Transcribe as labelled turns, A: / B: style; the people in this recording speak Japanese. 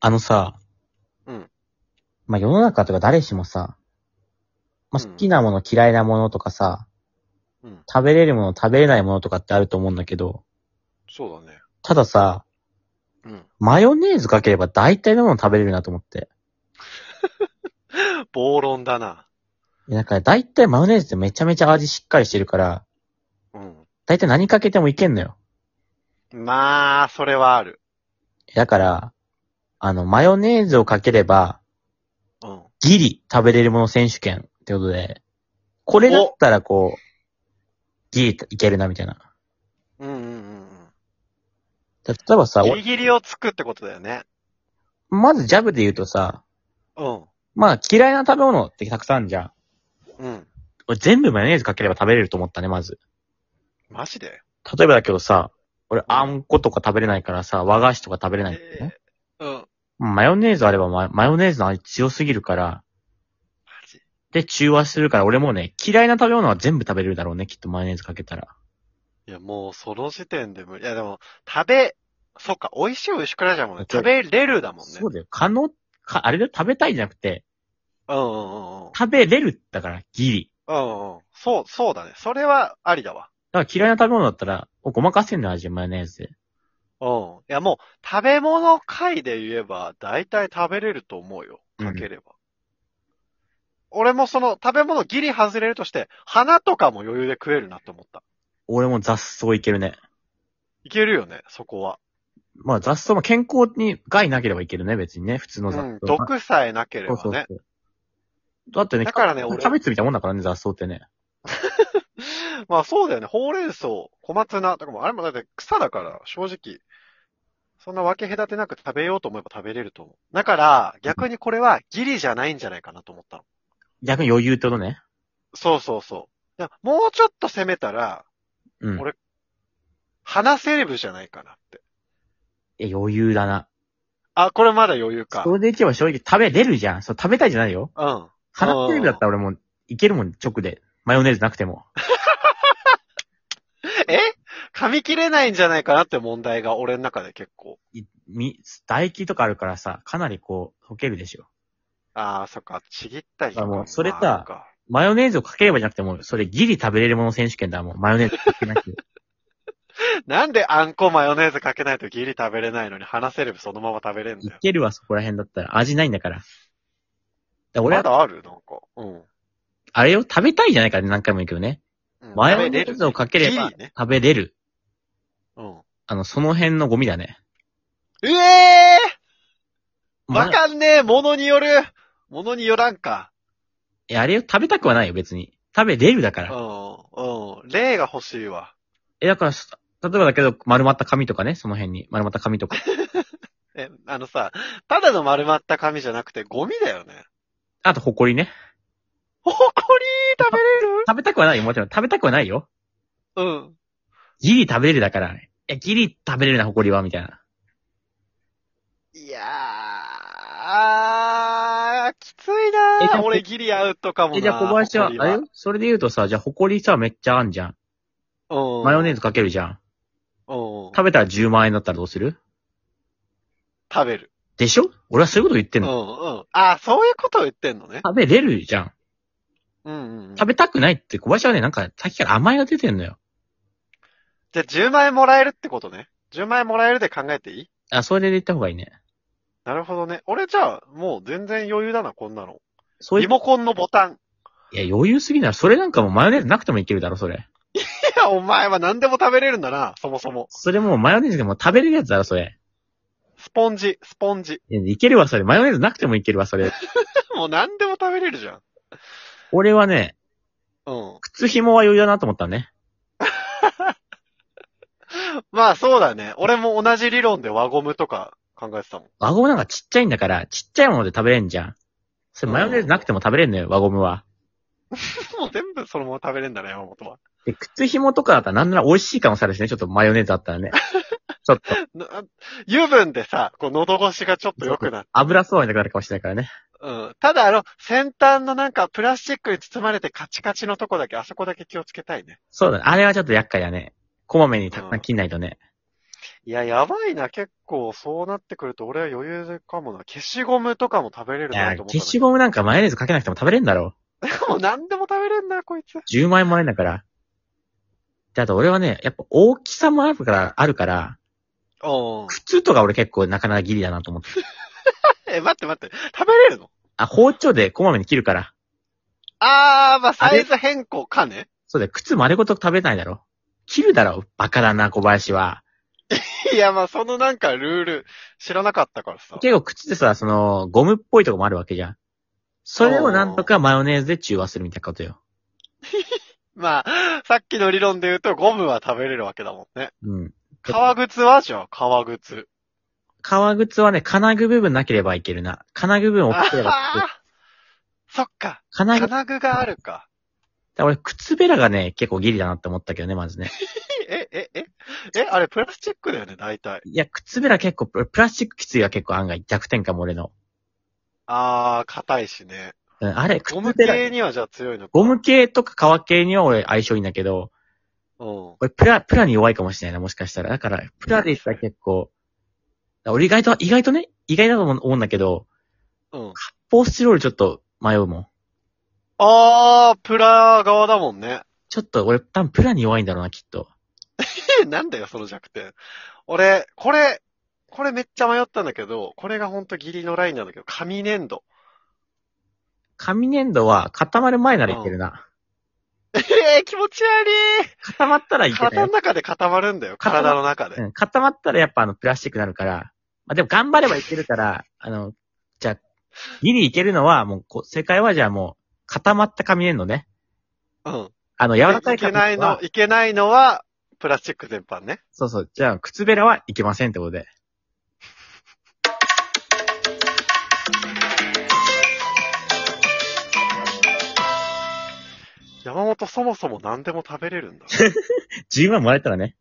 A: あのさ、
B: うん。
A: まあ、世の中とか誰しもさ、まあ、
B: うん
A: 好きなもの、嫌いなものとかさ、
B: うん。
A: 食べれるもの、食べれないものとかってあると思うんだけど、
B: そうだね。
A: たださ、
B: うん。
A: マヨネーズかければ大体のもの食べれるなと思って。
B: 暴論だな。
A: いや、だから大体マヨネーズってめちゃめちゃ味しっかりしてるから、
B: うん。
A: 大体何かけてもいけんのよ。
B: まあ、それはある。
A: だから、あの、マヨネーズをかければ、
B: うん。
A: ギリ食べれるもの選手権ってことで、これだったらこう、ギリいけるなみたいな。
B: うんうんうん
A: だ例えば
B: う
A: さ、
B: ん。ギ
A: 俺
B: リギリをつくってことだよね。
A: まずジャブで言うとさ、
B: うん。
A: まあ嫌いな食べ物ってたくさんあるじゃん。
B: うん。
A: 俺全部マヨネーズかければ食べれると思ったね、まず。
B: マジで
A: 例えばだけどさ、俺あんことか食べれないからさ、和菓子とか食べれないんだよね。
B: えーうん。
A: マヨネーズあればママヨネーズの味強すぎるから、
B: マジ
A: で中和するから俺もうね、嫌いな食べ物は全部食べれるだろうね、きっとマヨネーズかけたら。
B: いや、もうその時点で無理。いや、でも、食べ、そっか、美味しい美味しくないじゃんもんね。
A: そう
B: 食べれるだもんね。
A: そうだよ。可能、か、あれだよ、食べたいじゃなくて、
B: うんうんうんうん。
A: 食べれるだから、ギリ。
B: うんうん。そう、そうだね。それはありだわ。
A: だから嫌いな食べ物だったら、おごまかせんのよ味、マヨネーズで。
B: うん。いや、もう、食べ物界で言えば、大体食べれると思うよ。かければ。俺もその、食べ物ギリ外れるとして、花とかも余裕で食えるなって思った。
A: 俺も雑草いけるね。
B: いけるよね、そこは。
A: まあ雑草も健康に害なければいけるね、別にね、普通
B: う
A: の雑草。
B: ん。毒さえなければ
A: そう
B: ね。
A: そうそう。だってね、
B: だからね
A: キャ
B: 俺
A: キャベツみたいなもんだからね、雑草ってね。
B: まあそうだよね。ほうれん草、小松菜とかも、あれもだって草だから、正直。そんな分け隔てなく食べようと思えば食べれると思う。だから、逆にこれはギリじゃないんじゃないかなと思ったの。
A: 逆に余裕ってことね。
B: そうそうそう。いやもうちょっと攻めたら、
A: うん。
B: 俺花セレブじゃないかなって。
A: え、余裕だな。
B: あ、これまだ余裕か。
A: それでいけば正直食べれるじゃん。そう、食べたいじゃないよ。
B: うん。
A: 花テレビだったら俺もういけるもん、直で。マヨネーズなくても。
B: え噛み切れないんじゃないかなって問題が俺の中で結構。
A: いみ、唾液とかあるからさ、かなりこう、溶けるでしょ。
B: ああ、そっか。ちぎったりとか
A: あもうそれさ
B: まああるか
A: マヨネーズをかければじゃなくても、それギリ食べれるもの選手権だもん。マヨネーズかけなくて。
B: なんであんこマヨネーズかけないとギリ食べれないのに花セレブそのまま食べれん
A: い
B: だよ。
A: けるわ、そこら辺だったら。味ないんだから。だから俺
B: ま
A: は、
B: だあるなんか。うん。
A: あれを食べたいじゃないから何回も言うけどね。
B: うん
A: マヨネーズをかければ
B: ギリね。
A: 食べれる。
B: うん。
A: あの、その辺のゴミだね。
B: ええー
A: ま
B: わかんねえものによるものによらんか。
A: いやあれを食べたくはないよ、別に。食べれるだか
B: う
A: ら。
B: ん。うん。例が欲しいわ。
A: え、だから、す例えばだけど、丸まった紙とかね、その辺に。丸まった紙と か。
B: え、あのさ、ただの丸まった紙じゃなくてゴミだよ ね。
A: あと、埃ね。
B: ほこり食べれる
A: 食べたくはないよ、もちろん。食べたくはないよ。
B: うん。
A: ギリ食べれるだから。いや、ギリ食べれるな、埃は、みたいな。
B: いやー、あーきつい
A: えじ
B: な
A: ゃあ
B: ー。俺ギリアウトかもな
A: え、じゃあ小林は、
B: ほこり
A: あれよそれで言うとさ、じゃあ埃さ、めっちゃあんじゃん。
B: うん。
A: マヨネーズかけるじゃん。
B: うん。
A: 食べたら10万円だったらどうする
B: 食べる。
A: でしょ俺はそういうこと言って
B: うんんう
A: の。
B: ん。ああ、そういうことを言ってんのね。
A: 食べれるじゃん。
B: うんうん。
A: 食べたくないって、小林はね、なんか、さっきから甘えが出てんのよ。
B: じゃあ10万円もらえるってことね。10万円もらえるで考えていい
A: あ、それで言った方がいいね。
B: なるほどね。俺じゃあ、もう全然余裕だな、こんなの。
A: そうい
B: リ
A: う。
B: モコンのボタン。
A: いや、余裕すぎなら、それなんかもうマヨネーズなくてもいけるだろ、それ。
B: いや、お前は何でも食べれるんだな、そもそも。
A: それもうマヨネーズでも食べれるやつだろ、それ。
B: スポンジ、スポンジ。
A: いやいけるわ、それ。マヨネーズなくてもいけるわ、それ。
B: もう何でも食べれるじゃん。
A: 俺はね、
B: うん。
A: 靴紐は余裕だなと思ったね。
B: まあそうだね。俺も同じ理論で輪ゴムとか考えてたもん。
A: 輪ゴムなんかちっちゃいんだから、ちっちゃいもので食べれんじゃん。それマヨネーズなくても食べれんのよ、輪ゴムは。
B: もう全部そのまま食べれるんだね、山本は。
A: で、靴紐とかだったらなんなら美味しいかもしれないしね、ちょっとマヨネーズあったらね。ちょっと、
B: な油分でさ、こう喉越しがちょっと良くなって。
A: 油そうになくなるかもしれないからね。
B: うん。ただあの、先端のなんかプラスチックに包まれてカチカチのとこだけ、あそこだけ気をつけたいね。
A: そうだね。あれはちょっと厄介だね。こまめにたくさん切んないとね。
B: いや、やばいな、結構、そうなってくると、俺は余裕かもな。消しゴムとかも食べれる
A: いや
B: なと思ったんだけど。
A: 消しゴムなんかマヨネーズかけなくても食べれんだろ。
B: もう何でも食べれんな、こいつ。
A: 10万円もらえんだから。で、あと俺はね、やっぱ大きさもあるから、あるから、
B: お
A: 靴とか俺結構なかなかギリだなと思って。
B: え、待って待って。食べれるの
A: あ、包丁でこまめに切るから。
B: あー、まあ、
A: あ
B: サ
A: れ
B: イズ変更かね。
A: そうだよ、靴丸ごと食べないだろ。切るだろ、バカだな、小林は。
B: いや、まあ、そのなんかルール知らなかったからさ。
A: 結構靴ってさ、その、ゴムっぽいとこもあるわけじゃん。それをなんとかマヨネーズで中和するみたいなことよ。
B: まあ、 さっきの理論で言うと、ゴムは食べれるわけだもんね。
A: うん。
B: 革靴はじゃあ、革靴。
A: 革靴はね、金具部分なければいけるな。金具部分大きければ
B: あ あそっか。
A: 金具、だか
B: 金具があるか。
A: ら俺、靴べらがね、結構ギリだなって思ったけどね、まずね。
B: え、え、え、え、あれプラスチックだよね、大体。
A: いや、靴べら結構、プラスチックきついは結構案外弱点かも俺の。
B: あー、硬いしね。
A: うん、あれ、靴
B: ゴム
A: べら、
B: 系にはじゃあ強いのか。
A: ゴム系とか革系には俺相性いいんだけど、
B: うん。
A: 俺プラ、プラに弱いかもしれないな、もしかしたら。だから、プラで言ったら結構、だから俺意外と、意外とね、意外だと思うんだけど、
B: うん。
A: ポースチロールちょっと迷うもん。
B: あー、プラ側だもんね。
A: ちょっと俺、多分プラに弱いんだろうな、きっと。
B: えなんだよ、その弱点。俺、これ、これめっちゃ迷ったんだけど、これがほんとギリのラインなんだけど、紙粘土。
A: 紙粘土は固まる前ならいけるな。
B: えー、気持ち悪
A: 固まったらい
B: い
A: けない
B: 体
A: よ
B: の。中で固まるんだよ、
A: 固ま
B: 体の中で。
A: うん、固まったらやっぱあの、プラスチックになるから、まあ、でも頑張ればいけるから、 あの、じゃあ、ギリいけるのは、もうこ、正解はじゃあもう、固まった紙粘土ね。
B: うん。
A: あの、柔らかい
B: いけ
A: 紙
B: な
A: 粘
B: い
A: 土は
B: の、、いけないのは、プラスチック全般ね。
A: そうそう、じゃあ、靴べらはいけませんってことで。
B: 山本そもそも何でも食べれるんだ。
A: 10万もらえたらね。